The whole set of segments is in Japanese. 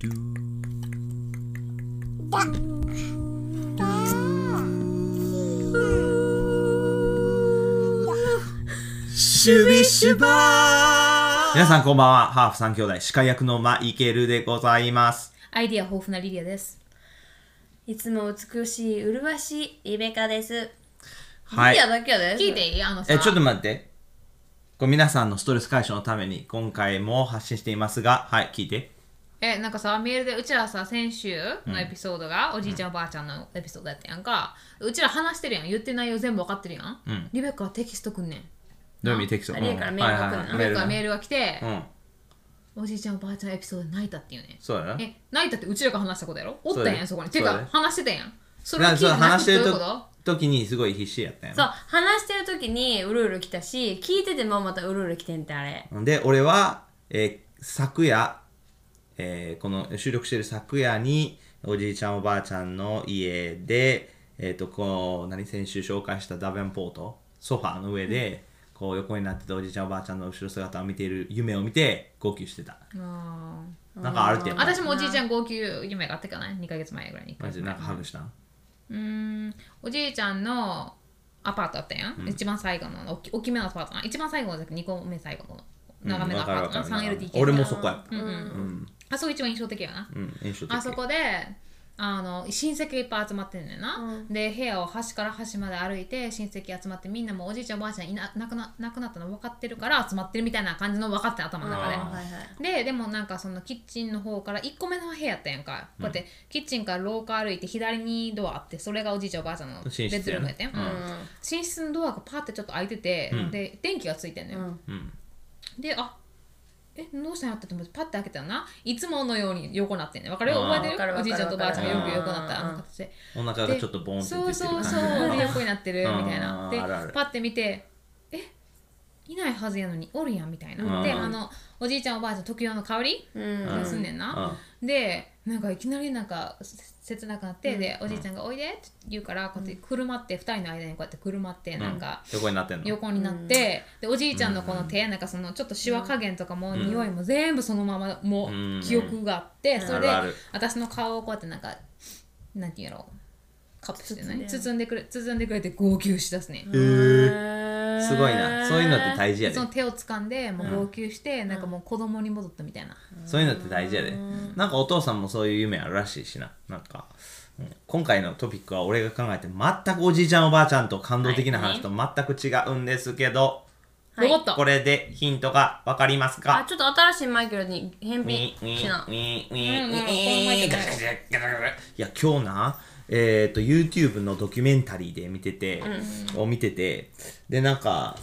ドゥーだだシュビシュバー皆さんこんばんは、ハーフ三兄弟、司会役のマイケルでございます。アイディア豊富なリリアです。いつも美しい麗しいリベカです。はいリアだけです。聞いていいあのさ。え、ちょっと待って。これ皆さんのストレス解消のために今回も発信していますが、はい、聞いて。え、なんかさ、メールでうちらさ、先週のエピソードが、おじいちゃんおばあちゃんのエピソードやったやんか。うちら話してるやん。言ってないよ全部わかってるやん。うんリベッカはテキストくんねん。どういう意味テキストあれやからうんメールが来るのリはいベはいッカははいメールが来て、うん、おじいちゃんおばあちゃんのエピソードで泣いたって言うねそうだな。ん。え、泣いたってうちらが話したことやろおったんやん、そそうこだに。ねてそうだかね、話してたやん。それをな聞いてそう話してる泣くとってどういうこ時にすごい必死やったんそう、や話してる時にうるうる来たし、聞いててもまたうるうる来てんってあれ。な。で、俺は、えー昨夜、えーこの収録してる昨夜に、おじいちゃんおばあちゃんの家で、えっ、と、こう、何、先週紹介したダベンポート、ソファーの上で、こう横になってたおじいちゃんおばあちゃんの後ろ姿を見ている夢を見て、号泣してた。とあーなんかあるってやん。私もおじいちゃん号泣夢があったかな ?2 ヶ月前ぐらいに。マジでなんかハグしたんうーんおじいちゃんのアパートあったやん、一番最後の大き大きめのアパートな一番最後のじゃなくて2個目最後の長めのアパートな、うんわかるわかる 3LDK 俺もそこやった。ううんうんん。あそこ一番印象的やな、うん。印象的。あそこであの親戚がいっぱい集まってんねんな、で部屋を端から端まで歩いて親戚集まってみんなもうおじいちゃんおばあちゃんいななくななくなったの分かってるから集まってるみたいな感じの分かってん頭の中であーはいはい。ででもなんかそのキッチンの方から1個目の部屋やったやんかこうやってキッチンから廊下歩いて左にドアあってそれがおじいちゃんおばあちゃんのベ寝室やなッドルームやったやんうん寝室のドアがパーってちょっと開いてて、うんで電気がついてんのよ、うんうん。であえどうしたんやったと思ってパッて開けたらないつものように横なってんねんわかるよあー覚えてるわかるわかるおじいちゃんとおばあちゃんがよく横なったうあんの形でお腹がちょっとボーンって出てそうるそう感じそうで横になってるみたいあーなであるあるパッて見てえいないはずやのにおるやんみたいうんなであのおじいちゃんおばあちゃん特有の香りうんがすんねんな、でなんかいきなりなんかせ切なくなって、でおじいちゃんが「おいで」って言うからこうやって車って2人の間にこうやって車ってうんなんかうん横になってんの横になって、でおじいちゃんのこの手なんかそのちょっとシワ加減とかも、匂いも全部そのままもうんう記憶があって、それであるある私の顔をこうやってなんかなんて言うやろカップしてね包んでくれ包んでくれて号泣しだすね、えーすごいなそういうのって大事やでその手を掴んでもう号泣して、なんかもう子供に戻ったみたいな、そういうのって大事やでなんかお父さんもそういう夢あるらしいしななんかうん今回のトピックは俺が考えて全くおじいちゃんおばあちゃんと感動的な話と全く違うんですけどはいロボットこれでヒントがわかりますあ、かちょっと新しいマイケルに返ウィ品ンウィンしなウ。ィンウィンウィンうんウうんこのィ前ンじガゃなチャいガチャガチャガチャいや今日なえっと YouTube のドキュメンタリーで見てて、を見ててでなんか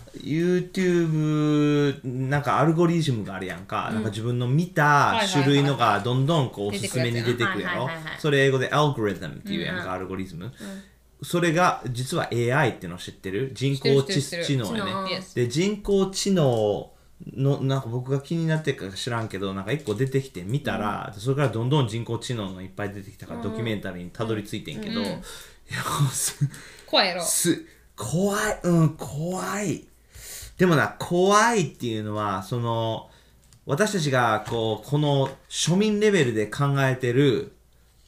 YouTube なんかアルゴリズムがあるやんか、なんか自分の見たはいはいはい種類のがどんどんこうおすすめに出てくやはいろはいはいはいそれ英語でアルゴリズムっていうやんか、アルゴリズム、それが実は AI っていうの知ってる人工知って知る知ってる知能やね知能うん Yes で人工知能のなんか僕が気になってるか知らんけどなんか一個出てきて見たら、それからどんどん人工知能のいっぱい出てきたから、ドキュメンタリーにたどり着いてんけど、いやす怖いやろす怖いうん怖いでもな怖いっていうのはその私たちがこうこの庶民レベルで考えてる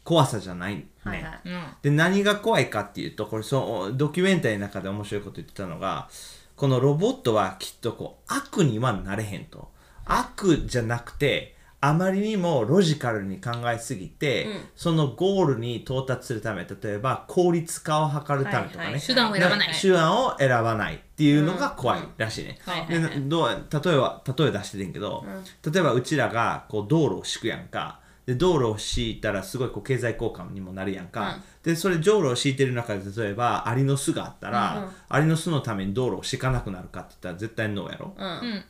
怖さじゃないね、はいはい。うんで何が怖いかっていうとこれそのドキュメンタリーの中で面白いこと言ってたのがこのロボットはきっとこう悪にはなれへんと悪じゃなくてあまりにもロジカルに考えすぎて、そのゴールに到達するため例えば効率化を図るためとかね、はいはい手段を選ばないな手腕を選ばないっていうのが怖いらしいね。はいでなどう例えば例え出しててんけど、例えばうちらがこう道路を敷くやんかで道路を敷いたらすごいこう経済効果にもなるやんか、でそれ道路を敷いてる中で例えばアリの巣があったら、アリの巣のために道路を敷かなくなるかって言ったら絶対ノーやろ。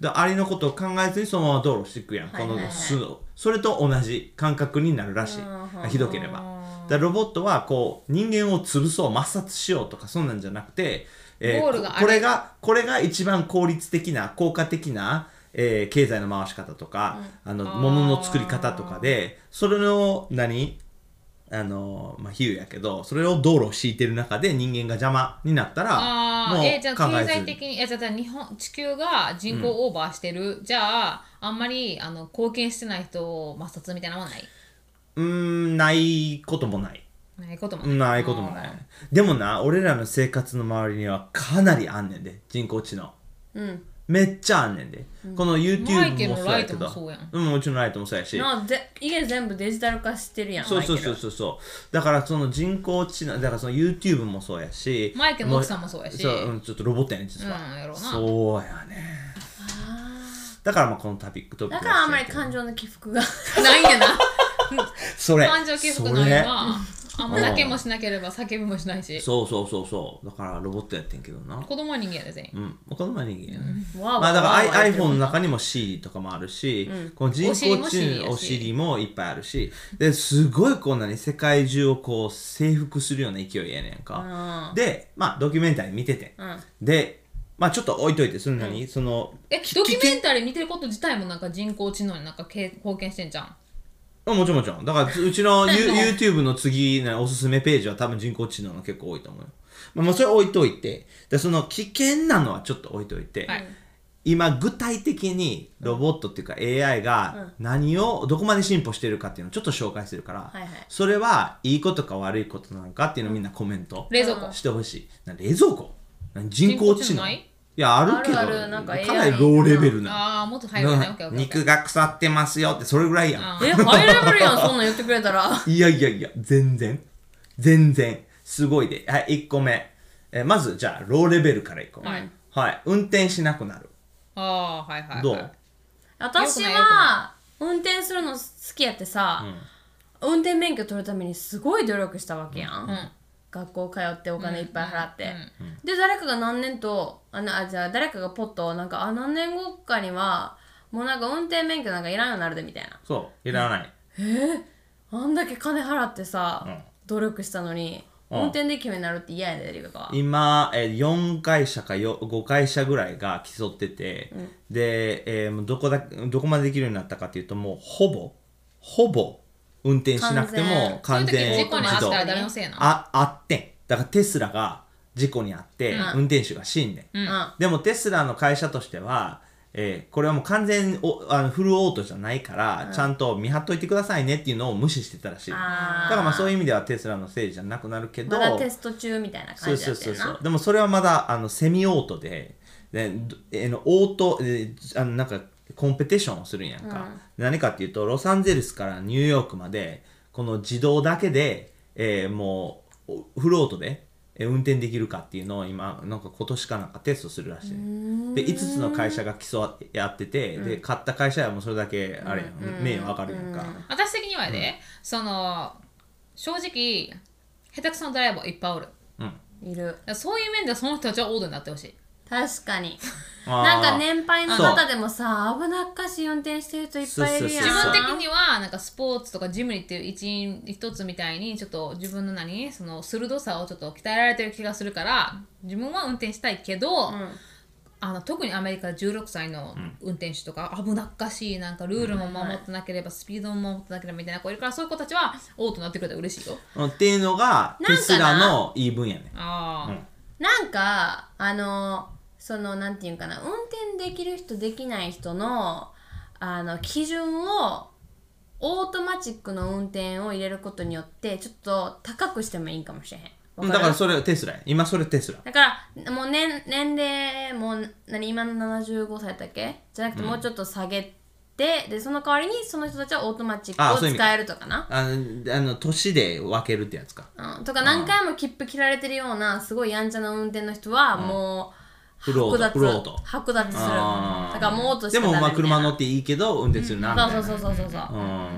でアリのことを考えずにそのまま道路を敷くやん、いはいはいこの巣をそれと同じ感覚になるらしい、ひどければ。だからロボットはこう人間を潰そう抹殺しようとかそんなんじゃなくて、えーゴールがこあこるれがこれが一番効率的な効果的な、えー経済の回し方とか、あのあー物の作り方とかでそれの何あのまあ、比喩やけどそれを道路を敷いてる中で人間が邪魔になったらあもあうえじゃあ考経えず済に的にいやじゃあじゃあ日本地球が人口オーバーしてる、じゃああんまりあの貢献してない人を抹殺みたいなのはないうーんないこともないないこともないこともないでもな俺らの生活の周りにはかなりあんねんで人工知能うんめっちゃあんねんで、このマイケ YouTube もルのそうラやイけトどもそうやんうんもちろんライトもそうやしなぜ家全部デジタル化してるやんそうそうマイケそルうそうそうだからその人工知能だからその YouTube もそうやしマイケルの奥さんもそうやしそう、うん、ちょっとロボットやねん実は、うんやろうなそうやねだからまあこのタピックトピッだクからあんまり感情の起伏が ないん やなそれ感情起伏そないれわあんま泣けもしなければ叫びもしないしそうそうそうそうだからロボットやってんけどな子供は人間やで全員うん、お好みは人間やね、わあまあだか わあらわあ I- iPhone の中にも Siri とかもあるし、この人工知お尻も Siri 能やしお尻もいっぱいあるしですごいこんなに世界中をこう征服するような勢いやねんか、でまあドキュメンタリー見てて、でまあちょっと置いといてそれなに、そのえきドキュメンきタリー見てること自体もなんか人工知能になんかけ貢献してんじゃんあもちろんもちろんだからつうち のユ YouTube の次のおすすめページは多分人工知能の結構多いと思うよまあ、まあそれ置いといてでその危険なのはちょっと置いといて、はい今具体的にロボットっていうか AI が何をどこまで進歩してるかっていうのをちょっと紹介するから、はいはいそれはいいことか悪いことなのかっていうのをみんなコメント冷蔵庫してほしい、な冷蔵庫何人工知人工知能能ないいやあるけどあるあるなんか AI かなりローレベルなああもっと入るねオッケーオッケーオッケー肉が腐ってますよってそれぐらいやんあえハイレベルやんそんなん言ってくれたらいやいやいや、全然。全然。すごいで。はい、1個目。えーまず、じゃあ、ローレベルからいこう。はい。運転しなくなる。あーはいはいはいどう、私よくないよくは運転するの好きやってさ、運転免許取るためにすごい努力したわけやん、ん学校通ってお金いっぱい払って、で誰かが何年とあなあじゃあ誰かがポッとなんかあ何年後かにはもうなんか運転免許なんかいらんようになるでみたいなそう、いらない。あんだけ金払ってさ、うん努力したのに、うん運転できるようになるって嫌やでリカが今、えー、4会社かよ5会社ぐらいが競ってて、で、えーもうどこだ、どこまでできるようになったかっていうと、もうほぼ、ほぼ、運転しなくても完完全全そういう時事故に遭自った動ら誰のせいなああってんだからテスラが事故にあって、うん運転手が死んでん、うん、でもテスラの会社としては、えーこれはもう完全におあのフルオートじゃないから、ちゃんと見張っといてくださいねっていうのを無視してたらしいだあーからまあそういう意味ではテスラのせいじゃなくなるけどまだテスト中みたいなそ感うじそやうったそうよそうなでもそれはまだあのセミオートででどえーのオートえーあのなんかコンペティションをするんやんか、何かっていうとロサンゼルスからニューヨークまでこの自動だけで、えーもうおフルオートでえー運転できるかっていうのを今なんか今年かなんかテストするらしいねで5つの会社が競いやってて、で買った会社はもうそれだけあれやん、名誉上がるやんか、私的にはやで、その正直下手くそなドライバーいっぱいおるだかいるらそういう面ではその人たちはオードになってほしい確かにあーなんか年配のそ方うでもさ危なっかしい運転してる人いっぱいいるやんそう自そうそう分的にはなんかスポーツとかジムに行ってる一員一つみたいにちょっと自分の何その鋭さをちょっと鍛えられてる気がするから自分は運転したいけど、あの特にアメリカ16歳の運転手とか危なっかしいなんかルールも守ってなければスピードも守ってなければみたいな子いるからそういう子たちはオートになってくれたら嬉しいようんっていうのがなんかテなスラの言い分やねああ、なんかあのそのなんていうんかな運転できる人できない人のあの基準をオートマチックの運転を入れることによってちょっと高くしてもいいんかもしれへんうわんかだるからそれテスラや今それテスラだからもう年年齢もう何今の75歳だっけじゃなくてもうちょっと下げて、でその代わりにその人たちはオートマチッあクをそういう意味使えるとかなあの、あの年で分けるってやつか。うん、とか何回も切符切られてるようなすごいやんちゃな運転の人はもうフロート剥奪フロート剥奪するだあーからもうオートしでかダも、メまあ、みたいな車乗っていいけど、運転するな、みたいな。そうそうそうそうそうそう、うん。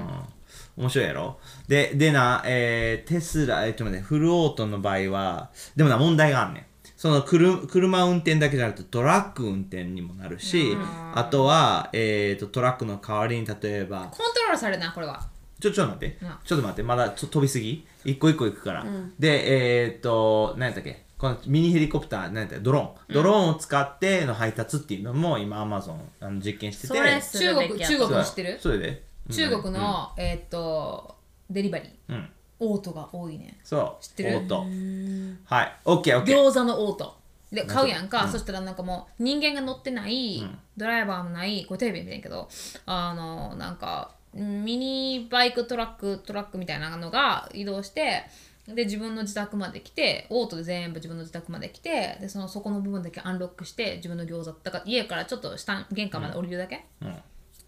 面白いやろで、でな、えーテスラ、えーちょっと待って、フルオートの場合は、でもな、問題があんねん。その車車運転だけじゃなくてトラック運転にもなるし、あとは、えー、とトラックの代わりに例えばコントロールされるなこれはちょ、ちょっと待ってうん。ちょっと待って。まだちょ飛びすぎ。一個一個行くから。で、えーっと、何やったっけこのミニヘリコプター、何やったっけドローン。ドローンを使っての配達っていうのも今、アマゾンあの実験してて。それする中べ国きや中とそ国うもや知ってるそれで。中国の、えーっとデリバリーうん。オートが多いねそう知ってるオートはい OKOK 餃子のオートで買うやんか、うんそしたらなんかもう人間が乗ってない、ドライバーのないごテレビみたいやけどあのなんかミニバイクトラックトラックみたいなのが移動してで自分の自宅まで来てオートで全部自分の自宅まで来てでそのそこの部分だけアンロックして自分の餃子だから家からちょっと下玄関まで降りるだけ、うん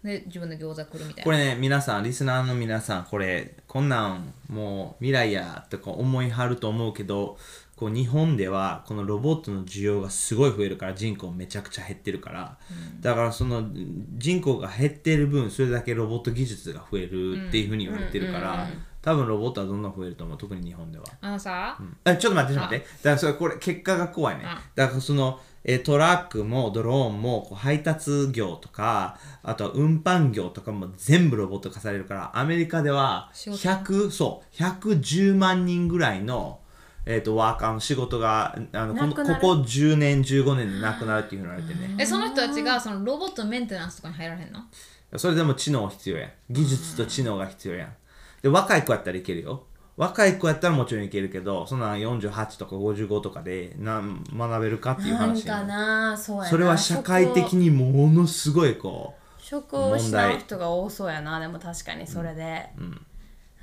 で自分の餃子来るみたいこなれね皆さんリスナーの皆さんこれこんなんもう未来やとか思いはると思うけどこう日本ではこのロボットの需要がすごい増えるから人口めちゃくちゃ減ってるから、だからその人口が減ってる分それだけロボット技術が増えるっていうふうに言われてるから、多分ロボットはどんどん増えると思う特に日本では。あのさ、あちょっと待って、ちょっと待って。だからそれ、これ、結果が怖いねあ。だからその、えートラックもドローンもこう配達業とか、あとは運搬業とかも全部ロボット化されるから、アメリカでは仕事100、そう、110万人ぐらいの、えー、とワーカーの仕事があのこのなくこなるこ10年15年でなくなるっていうふうに言われてねえその人たちがそのロボットのメンテナンスとかに入られへんのそれでも知能必要やん技術と知能が必要やんで若い子やったらいけるよ若い子やったらもちろんいけるけどそんなん48とか55とかでなん学べるかっていうなん話になかるなそうやなそれは社会的にものすごいこ職を失う人が多そうやなでも確かにそれでうん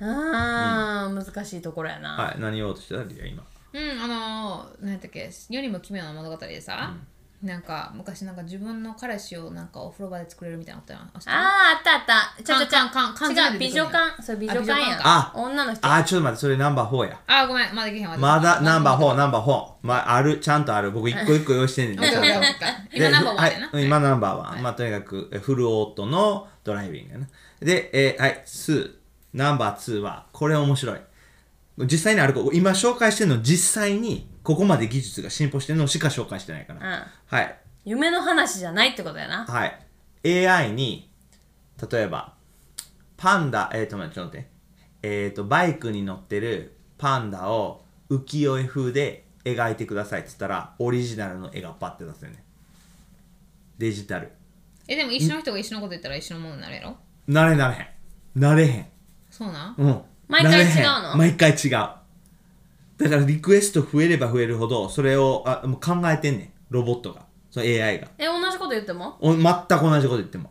ん難しいところやう、な、はい、何を言おうとしてたリア今うん、あのー、何やったっけ、世にも奇妙な物語でさ、なんか昔なんか自分の彼氏をなんかお風呂場で作れるみたいなことやん。ああ、ーあったあったちゃちゃちゃカンカンカン違う美女館それ美女館やんあ女の人あーちょっと待ってそれナンバー4やあごめん、まだできへんわ。まだナンバーホ4ナンバー4、まあるちゃんとある僕一個一個用意してんねん ー。オッちケーゃオんッケーとオッケー今ナンバーワンやな。はい、今ナンバーワン、まあとにかくえフルオートのドライビングやなで、えーはい2ナンバー2はこれ面白い実際にある子今紹介してるの実際にここまで技術が進歩してるのしか紹介してないから、うんはい夢の話じゃないってことやなはい AI に例えばパンダえっ、と待ってちょっと待ってえっ、とバイクに乗ってるパンダを浮世絵風で描いてくださいっつったらオリジナルの絵がパッて出すよねデジタルえ、でも一緒の人が一緒のこと言ったら一緒のものになるやろなれなれへん。なれへん。そうなんうん。毎回なれへん違うの毎回違う。だからリクエスト増えれば増えるほど、それをあもう考えてんねん。ロボットが。その AI が。え同じこと言ってもお全く同じこと言っても。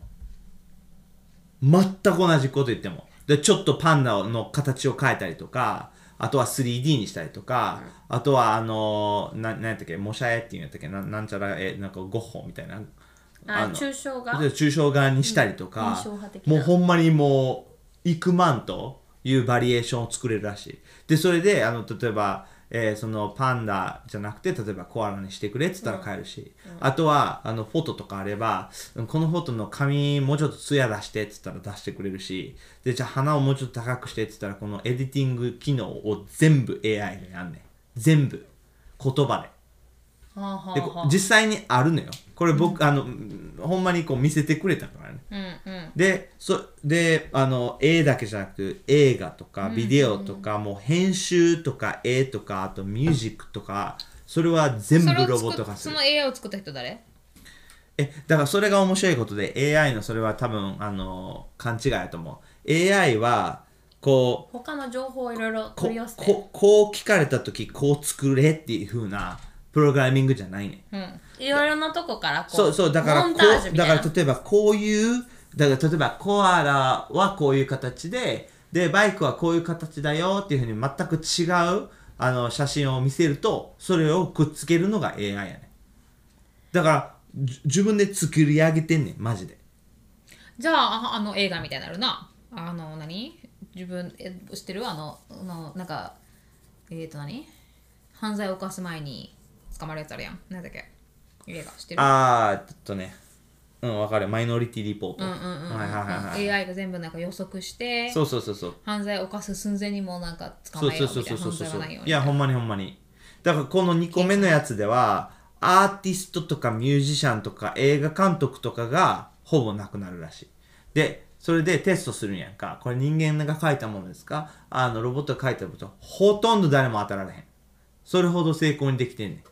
全く同じこと言っても。で、ちょっとパンダの形を変えたりとか、あとは 3D にしたりとか、あとはあのー、ななんやったっけ、模写絵っていうんやったっけ、ななんちゃら、え、なんかゴッホみたいな。あの抽象画例えば抽象画にしたりとうんか印象派、的なもうほんまにもう幾万というバリエーションを作れるらしいでそれであの例えば、えーそのパンダじゃなくて例えばコアラにしてくれって言ったら買えるし、あとはあのフォトとかあればうんこのフォトの紙もうちょっとツヤ出してって言ったら出してくれるしでじゃあ花をもうちょっと高くしてって言ったらこのエディティング機能を全部 AI にやんねん全部言葉で。はあはであこはう実際にあるのよこれ僕、あのうんほんまにこう見せてくれたからねうんうん。でそであの絵だけじゃなく映画とかビデオとか、もう編集とか絵とかあとミュージックとかそれは全そ部れロボをット作っ化すそるの AI を作った人誰えだからそれが面白いことで AI のそれは多分あの勘違いやと思う AI はこう他の情報をいろいろこ取り寄せてここう聞かれた時こう作れっていう風なプログラミングじゃないねんうん。いろいろなとこからこうそうそうだからこモンタージュうみただいかなら例えばこういうだから例えばコアラはこういう形ででバイクはこういう形だよっていうふうに全く違うあの写真を見せるとそれをくっつけるのが AI やねだからじ自分で作り上げてんねんマジでじゃあ、ああの映画みたいになるな。あの、何自分、え、知ってるあの、あの、なんか、えーと何犯罪を犯す前に捕まるやつあるやん。なんだっけ映画知ってるああちょっとねうんわかるマイノリティリポートうんうんうんうんはいはいはいはい AI が全部なんか予測してそうそうそうそう犯罪を犯す寸前にもなんか捕そうまえそよううそうみそたいうそうそな犯う罪はないよういにやほんまにほんまにだからこの2個目のやつではアーティストとかミュージシャンとか映画監督とかがほぼなくなるらしいでそれでテストするんやんかこれ人間が書いたものですかあのロボットが書いたことほとんど誰も当たられへんそれほど成功にできてんねん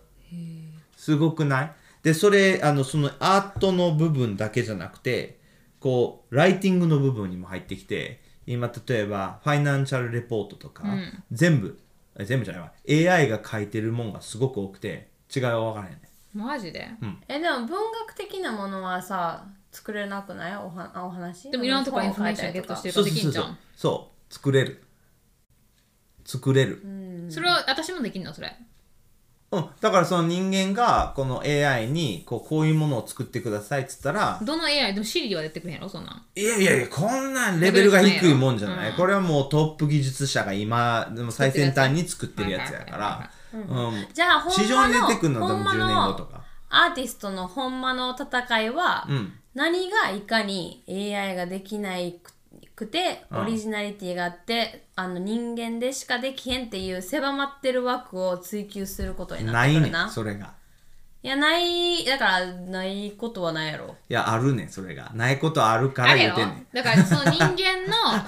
すごくないでそれあのそのアートの部分だけじゃなくてこうライティングの部分にも入ってきて今例えばファイナンシャルレポートとか、うん全部え全部じゃないわ AI が書いてるもんがすごく多くて違いは分からへんねマジでえでも文学的なものはさ作れなくないおはお話でもいろんなとこ本インフォメ書ーシたョンりゲッとトかしてるかそうそらでうきそんうじそゃうんそう作れる作れる、それは私もできんのそれうん、だからその人間がこの AI にこうこういうものを作ってくださいっつったらどの AI でも Siri は出てくれへんやろそんなんいやいやいやこんなんレベルが低いもんじゃない、うんこれはもうトップ技術者が今でも最先端に作ってるやつやからうんじゃあほんまの市場に出てくるのは多分ほんま10の年後とかアーティストのほんまの戦いは、うん何がいかに AI ができないくてうんオリジナリティがあって、あの人間でしかできへんっていう狭まってる枠を追求することになっなていくねるんなそれがいやないだからないことはないやろいやあるねんそれがないことあるかあられ言やうろてんねんだからその人間の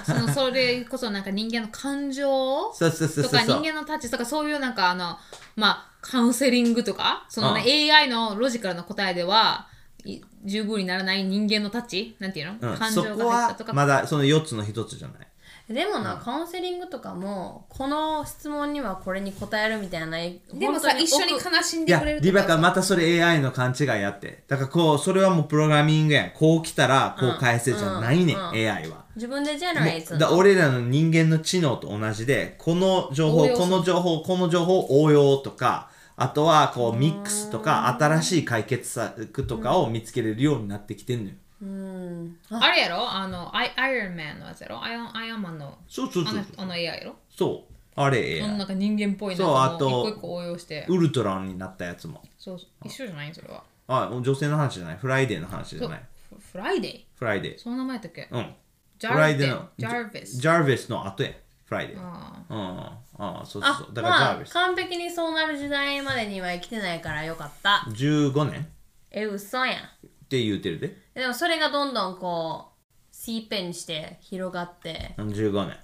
そのそれこそなんか人間の感情そうそうそうとそかうそ人う間のタッチとかそういうなんかあのまあカウンセリングとかそのねう AI のロジカルな答えではい十分にならない人間のタッチなんていううのん感情そが入っこたはとかまだその4つの1つじゃないでもな、カウンセリングとかもこの質問にはこれに答えるみたいなでも本さ当に一緒に奥悲しんいでやくれるリとかバカまたそれ AI の勘違いやってだからこうそれはもうプログラミングやんこう来たらこう返せじゃないねん、うんうん AI は。自分でジェネレートもうだ俺らの人間の知能と同じでこの情応報用すこるの情報この情報を応用とかあとはこうミックスとか新しい解決策とかを見つけれるようになってきてんのよ。あれやろあのアイアイアンマンのやつやろアイアンアイアンマンのそうそうあそうのあの AI やろそうあれあの AI なんか人間っぽいなそうあんかともう一個一個応用してウルトラになったやつもそう一緒じゃないそれはあ女性の話じゃないフライデーの話じゃないフフライデーフライデーその名前だっけうんジフャラーイヴィデースのジャーヴィスジャーヴィスの後やフライデーはあうんああそうそうあそうだからジャまーあヴィス、完璧にそうなる時代までには生きてないからよかった15年え嘘やんって言うてるででもそれがどんどんこうシーペンして広がって15年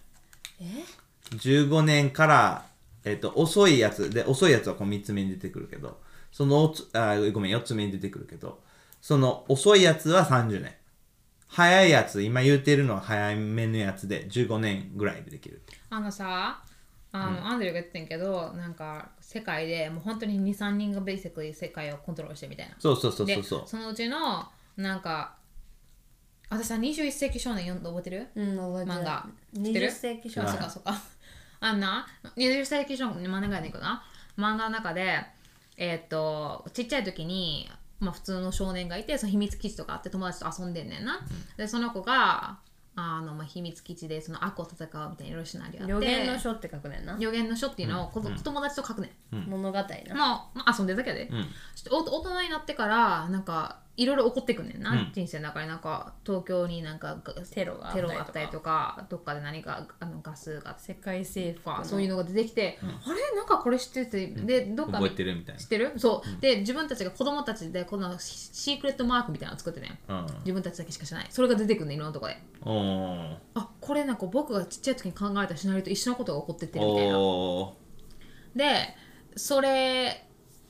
え15年から、えっと遅いやつで遅いやつはこう3つ目に出てくるけどそのおつあごめん4つ目に出てくるけどその遅いやつは30年早いやつ今言うてるのは早めのやつで15年ぐらいでできるーあのさあの、アンドリューが言ってんけどなんか世界でもう本当に23人がベーシックに世界をコントロールしてみたいなそうそうそうそでうそうのうちのなんか私さ21世紀少年読んで覚えてるうん覚えてる漫画知ってる20世紀少は女いそっかそっか。あんな、20世紀少年の漫画やねんけどな、漫画の中で、えーっと、ちっちゃい時に、まあ普通の少年がいて、その秘密基地とかあって友達と遊んでんねんな。で、その子が、あの、まあ、秘密基地でその悪を戦うみたいないろいろシナリオあって。予言の書って書くねんな予言の書っていうのを子,、友達と書くねん。物語なまあ、まあ、遊んでるだけやで、んちょっとお大人になってからなんかいろいろ起こってくんねんな、うん人生の中になんか東京になんかがテロがあったテりとロかがあったりとかどっかで何かあのガスがあって世界政府とかのそういうのが出てきて、あれなんかこれ知っててでどっか覚えてるみたい知ってるそう、で自分たちが子供たちでこのシシークレットマークみたいなの作ってねな自分たちだけしか知らないそれが出てくんねんいろんなとこでうんおあこれなんか僕がちっちゃい時に考えたシナリオと一緒のことが起こってっーてるみたいなおでそれ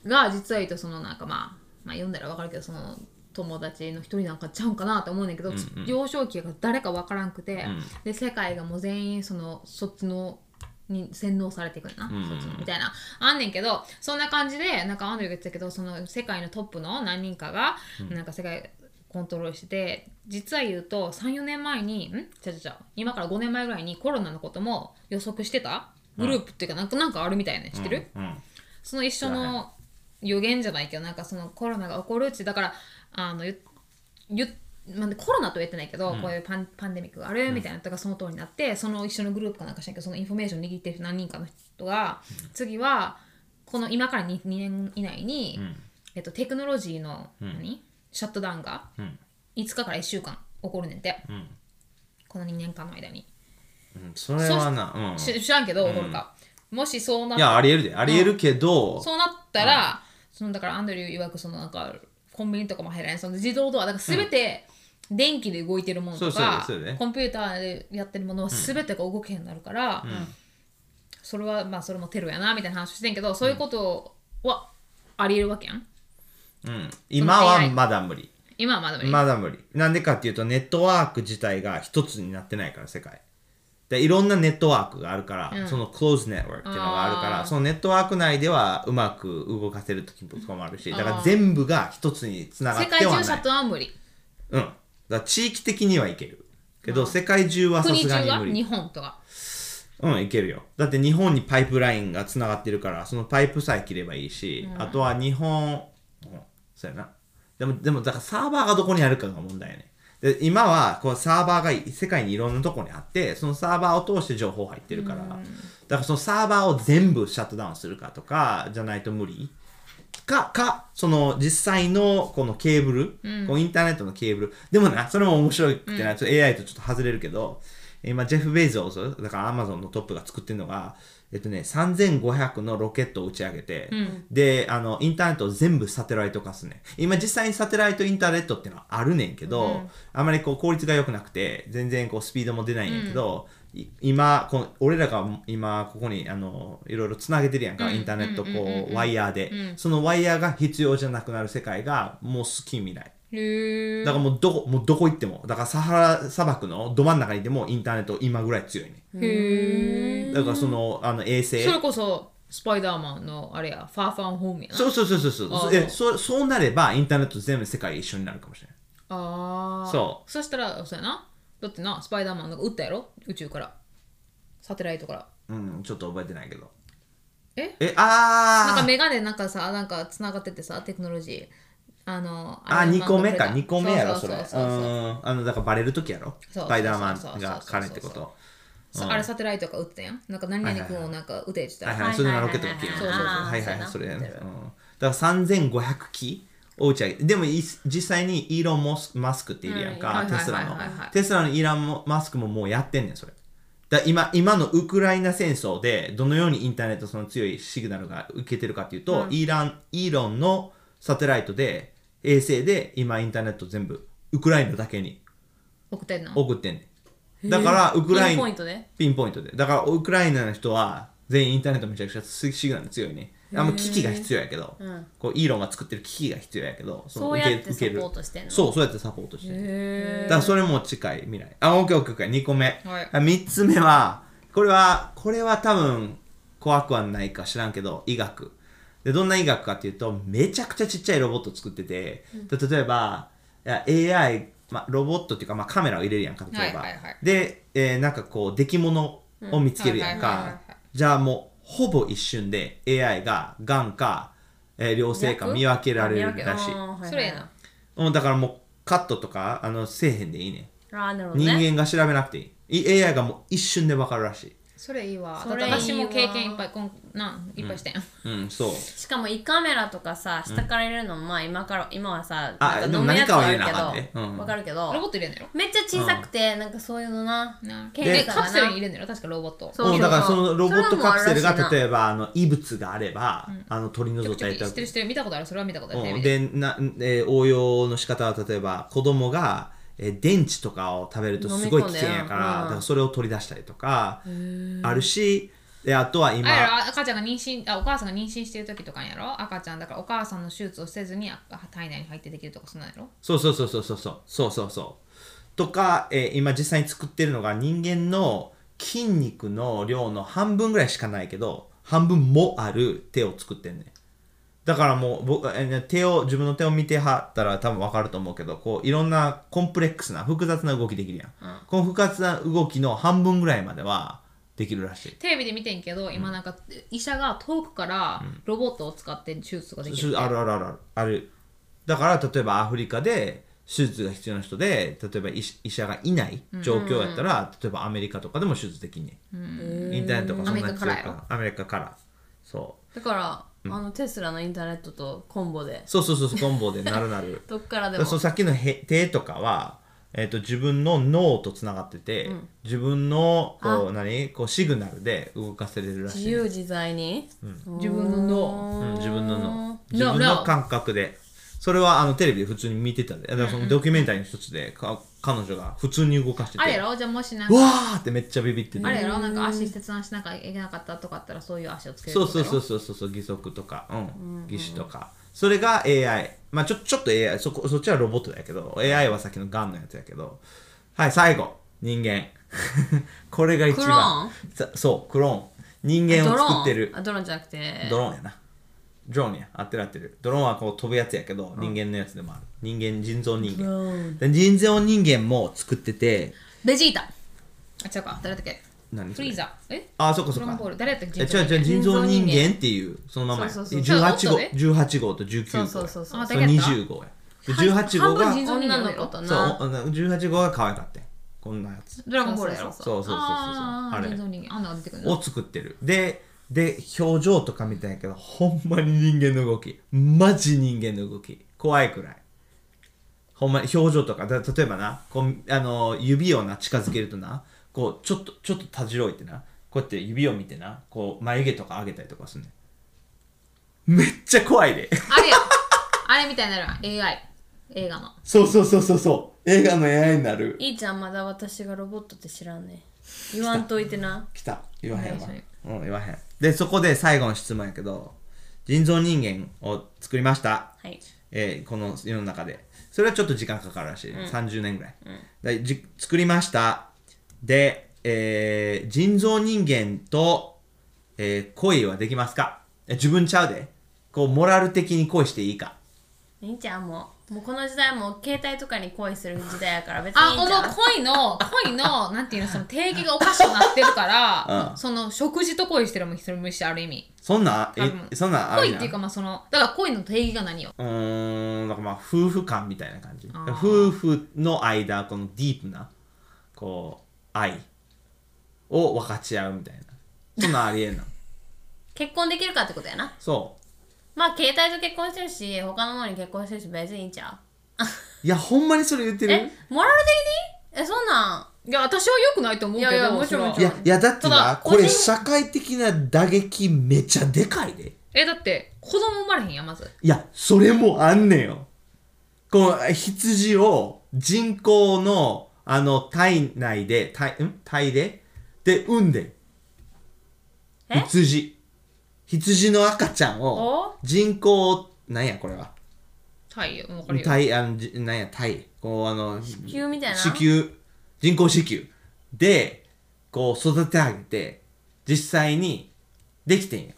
が実は言うとそのなんかまあまあ読んだらわかるけどその友達の一人なんかちゃうんかなと思うねんだけど、んうん幼少期が誰かわからんくて、んで世界がもう全員そのそっちのに洗脳されていくねんな、んうんそっちのみたいなあんねんけどそんな感じでなんかアンドリューが言ってたけどその世界のトップの何人かがなんか世界コントロールしてて実は言うと34年前にんちゃちゃちゃ今から5年前ぐらいにコロナのことも予測してたグループっていうかなんかなんかあるみたいね知ってる、ーうんその一緒の予言じゃないけどなんかそのコロナが起こるってだからあのゆゆ、まあ、コロナとは言ってないけど、こういうパンパンデミックがあるみたいなとかその通りになってその一緒のグループかなんかしないけどそのインフォメーション握ってる何人かの人が、次はこの今から 2, 2年以内に、んえっと、テクノロジーの何、シャットダウンがうん5日から1週間起こるねんて、んこの2年間の間に、うんそれはなうんし知らんけど起こるか、もしそうなっいやありえるでありえるけど、そうなったら、そのだからアンドリュー曰くそのなんかコンビニとかも入らないその自動ドアだから全て電気で動いてるものとか、そうそうそうねコンピューターでやってるものは全てが動けへんようになるから、それはまあそれもテロやなみたいな話してんけどそういうことはありえるわけやんうん、今は AI まだ無理今はまだ無理、まだ無理なんでかっていうとネットワーク自体が一つになってないから世界でいろんなネットワークがあるから、うんそのクローズネットワークっていうのがあるからあーそのネットワーク内ではうまく動かせる時とかもあるしだかあらー全部が一つにつながっ世てはない界中シャットダウン無理うん。だから地域的にはいける。けど、うん世界中はさ国す中がにが無日理。本とかうん、いけるよ。だって日本にパイプラインがつながってるから、そのパイプさえ切ればいいし、あとは日本、うん、そうやな。でも、でも、だからサーバーがどこにあるかが問題やね。で今はこうサーバーが世界にいろんなとこにあってそのサーバーを通して情報入ってるから、だからそのサーバーを全部シャットダウンするかとかじゃないと無理かかその実際のこのケーブル、こうインターネットのケーブルでもなそれも面白いってな、ちょっと AI とちょっと外れるけど今ジェフ・ベイゾーズだからアマゾンのトップが作ってるのがえっとね3500のロケットを打ち上げて、であのインターネットを全部サテライト化すね今実際にサテライトインターネットってのはあるねんけど、あまりこう効率が良くなくて全然こうスピードも出ないんやけど、い今この俺らが今ここにあのいろいろつなげてるやんか、インターネットこう,、ワイヤーで、そのワイヤーが必要じゃなくなる世界がもう好き未来へえだからもうどこもうどこ行ってもだからサハラ砂漠のど真ん中にいてもインターネット今ぐらい強いねへえだからそのあの衛星それこそスパイダーマンのあれやファーファンホームやなそうそうそうそうそうああえそうそうなればインターネット全部世界一緒になるかもしれないああそうそしたらそうやなだってなスパイダーマンが撃ったやろ宇宙からサテライトからうんちょっと覚えてないけどええあーなんかメガネなんかさなんかつながっててさテクノロジーあのあれ2個目かなん2個目やろそそうれそううそうそうんあのだからバレる時やろそうそうそうスパイダーマンが彼ってことさあれサテライトが撃ってたやんなんか何々君をなんか撃てって言ったはら、いはいそれのロケットの機はいはいはいはいはいはいそそうそうそうそうれややなねうんだから3500機を打ち上げてでもい実際にイーロン・モスマスクっているやんうんはかいはいテスラのはいはいはいテスラのイーロン・マスクももうやってんねんそれだから今今のウクライナ戦争でどのようにインターネットその強いシグナルが受けてるかっていうと、イーランイーロンのサテライトで衛星で今インターネット全部ウクライナだけに送ってんの送ってんねんだからウクライピンナポイントでピンポイントでだからウクライナの人は全員インターネットめちゃくちゃシグナル強いねあもう機器が必要やけど、こうイーロンが作ってる機器が必要やけどそのそうやって受けサるポートしてんのそうそうやってサポートしてるへだからそれも近い未来あオッケーオッケーオッケー2個目、はい3つ目はこれはこれは多分怖くはないか知らんけど医学でどんな医学かっていうとめちゃくちゃちっちゃいロボット作ってて、で例えばいや AI、まあ、ロボットっていうか、まあ、カメラを入れるやんか例えば、はいはいはいで、えーなんかこう出来物を見つけるやんうんはいはいはいかはいじゃあもうほぼ一瞬で AI ががんか、えー良性か逆見分けられある見分けらしい、あーはいはいそれやなうん、だからもうカットとかあのせえへんでいいねんああなるほど人ね間が調べなくていいい AI がもう一瞬で分かるらしいそれいいわそれいいわだって私も経験いっぱいこんなんいっぱいしたやん、うんそうしかも胃カメラとかさ下から入れるのもまあ今から今はさあなでんもか飲むやつはあ何かは入れるなあけかんどねうんわかるけロボどット入れんのやろめっちゃ小さくてなんかそういうのななケでーキかカなプセルに入れんのやろ確かロボットそううんだからそうそのロボットカプセルそれもあがるら例えばあの異物があれば、あの取りちょ除くいちたょくり知とっかてる知ってる見たことあるそれは見たことあるテレうビん、ででな、えー応用の仕方は例えば子供が、えー電池とかを食べるとすごい危険やから飲み込んでうんだからそれを取り出したりとかあるしであとは今あやろ赤ちゃんが妊娠あお母さんが妊娠してる時とかやろ赤ちゃんだからお母さんの手術をせずにあ体内に入ってできるとかそんなんやろそうそうそうそうそうそうそうそうそうとか、えー今実際に作ってるのが人間の筋肉の量の半分ぐらいしかないけど半分もある手を作ってんねだからもう僕、えーね手を自分の手を見てはったら多分わかると思うけどこういろんなコンプレックスな複雑な動きできるやん、この複雑な動きの半分ぐらいまではできるらしいテレビで見てんけど今なんか医者が遠くからロボットを使って手術とかできる、あるあるあるあるあるだから例えばアフリカで手術が必要な人で例えば医師医者がいない状況やったら、例えばアメリカとかでも手術できんねん、インターネットがそんなに強いからアメリカからそうだからあのテスラのインターネットとコンボでそうそうそうそうコンボでなる なるどっからででもそうさっきのへ手とかは、えー、と自分の脳とつながってて、自分のこう何こうシグナルで動かせれるらし自い、由自在に自分の脳うん、自分の脳自 No, 分の no. 感覚でそれはあのテレビで普通に見てたでだからそのドキュメンタリーの一つでか彼女が普通に動かしててあれやろじゃあもしなんわかーってめっちゃビビっててあれやろなんか足切断しなきゃいけなかったとかあったらそういう足をつけるそうそうそううそうそうそう義足とか、うん、義手とかそれが AI まあちょちょっと AI そこそっちはロボットだけど AI はさっきのガンのやつやけどはい最後人間 これが一番クローンさそうクローン人間を作ってるあドローンじゃなくてドローンやなドローンや合ってる合ってるドローンはこう飛ぶやつやけど、人間のやつでもある人間人造人間で人造人間も作っててベジータあ違うか誰だっけ何そフれリーザえあそっかそドっラゴンボーかル誰やったっけえ違う違う人造人間っていうそのままやそうそうそう18号ちょっと18号と19号そやうそうそうそうあそう20号やで18号が半分人造人間女の子とそなう18号が可愛かったよこんなやつドラゴンボールやろそうそうそうそうあーあれ人造人間あんなのが出てくるのを作ってるでで表情とか見たんやけどほんまに人間の動きマジ人間の動き怖いくらいほんまに表情とかだ例えばなこうあの指をな近づけるとなこうちょっとちょっとたじろいてなこうやって指を見てなこう眉毛とか上げたりとかするねんめっちゃ怖いで あれやあれみたいになるわ AI 映画のそうそうそうそうそう映画の AI になるいいちゃんまだ私がロボットって知らんね言わんといてな来た言わへんわ何それうん言わへんでそこで最後の質問やけど人造人間を作りましたはいえーこの世の中でそれはちょっと時間かかるらしい、30年ぐらい、でじ作りましたで、えー人造人間と、えー恋はできますかえ自分ちゃうでこうモラル的に恋していいかいいちゃんももうこの時代もう携帯とかに恋する時代やから別にいあいもんうちゃう恋の恋のなんていうのその定義がおかしくなってるから、うんその食事と恋してるもそれ無視ある意味そんなん多分えそんなんある恋やっんていうかまあそのだから恋の定義が何ようーんなんかまあ夫婦間みたいな感じあー夫婦の間このディープなこう愛を分かち合うみたいなそんなんありえんな結婚できるかってことやなそうまあ携帯と結婚してるし他のものに結婚してるし別にいいんちゃいやほんまにそれ言ってうるえモラル的にえそんなんいや私はよくないと思うけどいやいやもちろんそいれやはいやだってたなだこ個れ人社会的な打撃めちゃでかいでえだって子供生まれへんやんまずいやそれもあんねんよこの羊を人工のあの体内で体ん体でで産んでんえ羊羊の赤ちゃんをお人工なんやこれははいわかるよ体あのじなんや体こうあの地球みたいな子宮人工子宮でこう育て上げて実際にできてんよ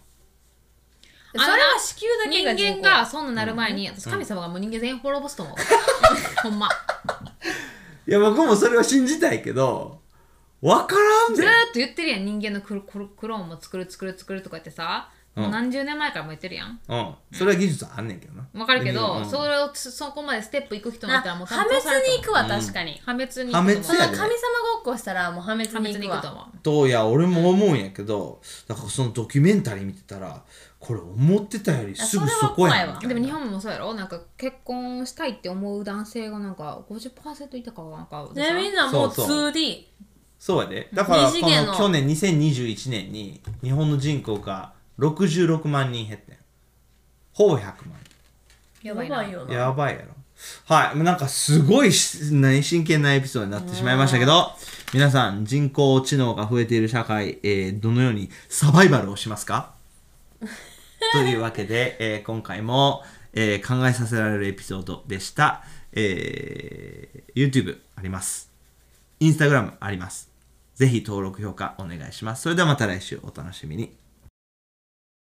それは子宮だけが人人間工がそんななる前に、私神様がもう人間全員滅ぼすと思う、ほんまいや僕もそれは信じたいけど分からんずぜーっと言ってるやん人間のクロクロクローンも作る作る作るとか言ってさ、うんもう何十年前からも言ってるやんうんそれは技術あんねんけどなわかるけど、うんそれをつそこまでステップ行く人にななったらもう破滅に行くわ確かに、破滅に破滅そんやなで神様ごっこしたらもう破滅破に行滅くに行わくと思うといや俺も思うんやけどだからそのドキュメンタリー見てたらこれ思ってたよりすぐそこやんあそれは怖いわみたいなでも日本もそうやろなんか結婚したいって思う男性がなんか50%いたかなんかでさねみんなもうそうそう 2D そうやでだから二次こ元のの去年2021年に日本の人口が66万人減ってんほぼ100万やばいなよやばいやろ。はい。もうなんかすごいしな真剣なエピソードになってしまいましたけど、皆さん、人工知能が増えている社会、えーどのようにサバイバルをしますかというわけで、えー今回も、えー考えさせられるエピソードでした。えー YouTube あります。Instagram あります。ぜひ登録、評価お願いします。それではまた来週お楽しみに。